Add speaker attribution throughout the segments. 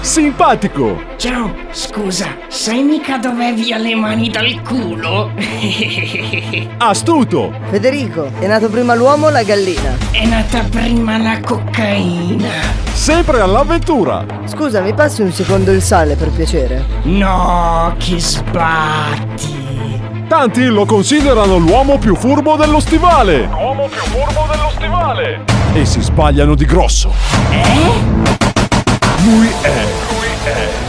Speaker 1: Simpatico!
Speaker 2: Ciao, scusa, sai mica dov'è via le mani dal culo? È
Speaker 1: Astuto!
Speaker 3: Federico, è nato prima l'uomo o la gallina?
Speaker 2: nata prima la cocaina.
Speaker 1: Sempre all'avventura!
Speaker 3: Scusa, mi passi un secondo il sale per piacere?
Speaker 2: No, che sbatti.
Speaker 1: Tanti lo considerano l'uomo più furbo dello stivale! L'uomo più furbo dello stivale! Eh? E si sbagliano di grosso! Lui è...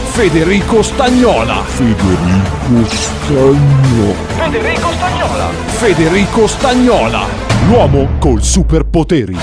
Speaker 1: Federico Stagnola! Federico Stagnola! Federico Stagnola! Federico Stagnola! L'uomo col superpoteri!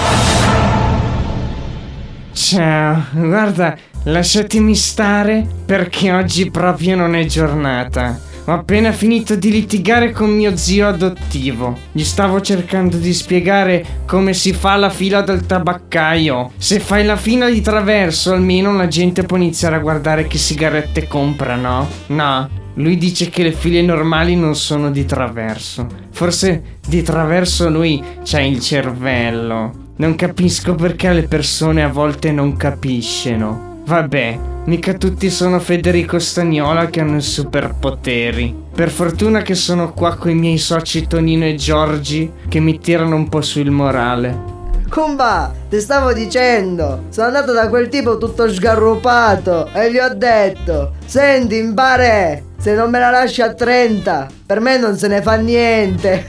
Speaker 2: Ciao, Cioè, guarda, lasciatemi stare perché oggi proprio non è giornata. Ho appena finito di litigare con mio zio adottivo. Gli stavo cercando di spiegare come si fa la fila del tabaccaio. Se fai la fila di traverso, almeno la gente può iniziare a guardare che sigarette compra, no? No. Lui dice che le file normali non sono di traverso. Forse di traverso lui c'ha il cervello. Non capisco perché le persone a volte non capisceno. Vabbè, mica tutti sono Federico Stagnola che hanno i superpoteri. Per fortuna che sono qua coi miei soci Tonino e Giorgi che mi tirano un po' sul morale.
Speaker 3: Comba, ti stavo dicendo, sono andato da quel tipo tutto sgarrupato e gli ho detto, senti imbare, se non me la lasci a 30, per me non se ne fa niente.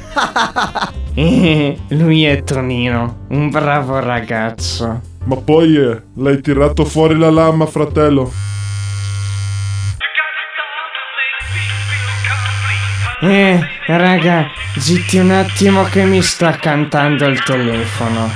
Speaker 2: Eh, lui è Tonino, un bravo ragazzo.
Speaker 4: Ma poi eh, l'hai tirato fuori la lama, fratello.
Speaker 2: Eh, raga, zitti un attimo che mi sta cantando il telefono.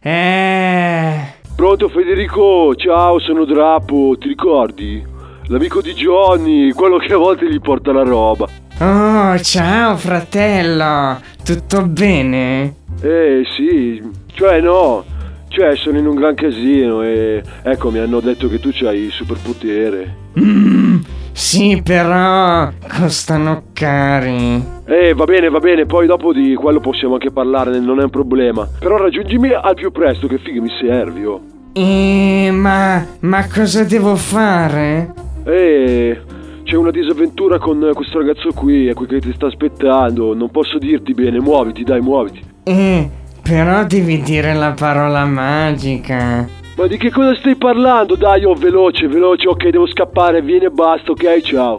Speaker 2: Eh...
Speaker 5: Pronto Federico, ciao sono Drapo, ti ricordi? L'amico di Johnny, quello che a volte gli porta la roba.
Speaker 2: Oh, ciao fratello, tutto bene?
Speaker 5: Eh sì, cioè no, cioè sono in un gran casino e ecco mi hanno detto che tu c'hai il superpotere.
Speaker 2: Sì, però costano cari.
Speaker 5: Eh va bene, va bene, poi dopo di quello possiamo anche parlarne, non è un problema. Però raggiungimi al più presto che figa mi servi, oh.
Speaker 2: Eh, ma, ma cosa devo fare?
Speaker 5: Eh, c'è una disavventura con eh, questo ragazzo qui, ecco che ti sta aspettando, non posso dirti bene, muoviti, dai, muoviti.
Speaker 2: Eh, però devi dire la parola magica.
Speaker 5: Ma di che cosa stai parlando? Dai, oh, veloce, veloce, ok, devo scappare, vieni e basta, ok, ciao.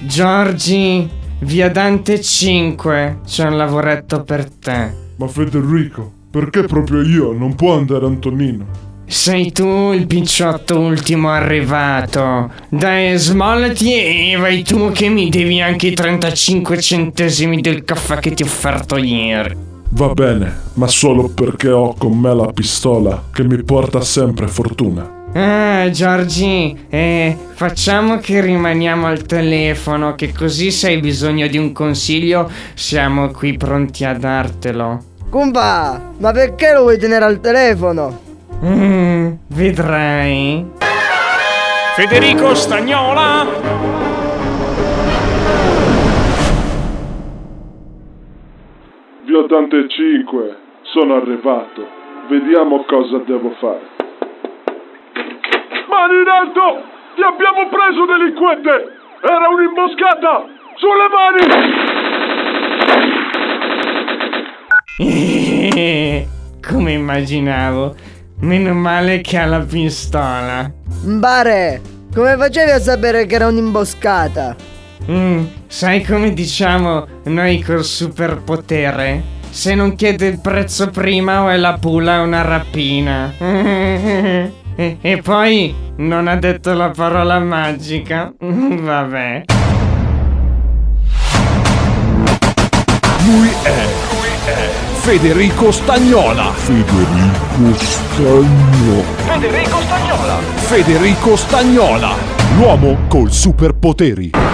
Speaker 2: Giorgi, via Dante 5, c'è un lavoretto per te.
Speaker 4: Ma Federico, perché proprio io? Non può andare Antonino.
Speaker 2: Sei tu il picciotto ultimo arrivato. Dai, smollati e vai tu che mi devi anche i 35 centesimi del caffè che ti ho offerto ieri.
Speaker 4: Va bene, ma solo perché ho con me la pistola che mi porta sempre fortuna.
Speaker 2: Ah, Giorgi, eh, facciamo che rimaniamo al telefono, che così se hai bisogno di un consiglio siamo qui pronti a dartelo.
Speaker 3: Comba, ma perché lo vuoi tenere al telefono?
Speaker 2: Mm, vedrai.
Speaker 6: Federico Stagnola!
Speaker 4: Via Dante 5, sono arrivato. Vediamo cosa devo fare. Mani in alto! Ti abbiamo preso, delinquente! Era un'imboscata! Sulle mani!
Speaker 2: Come immaginavo. Meno male che ha la pistola.
Speaker 3: Mbare, come facevi a sapere che era un'imboscata?
Speaker 2: Mm, sai come diciamo noi col superpotere? Se non chiede il prezzo prima o è la pula o una rapina. e, e poi non ha detto la parola magica. Vabbè.
Speaker 1: Lui è... Federico Stagnola! Federico Stagnola! Federico Stagnola! Federico Stagnola! L'uomo col superpoteri!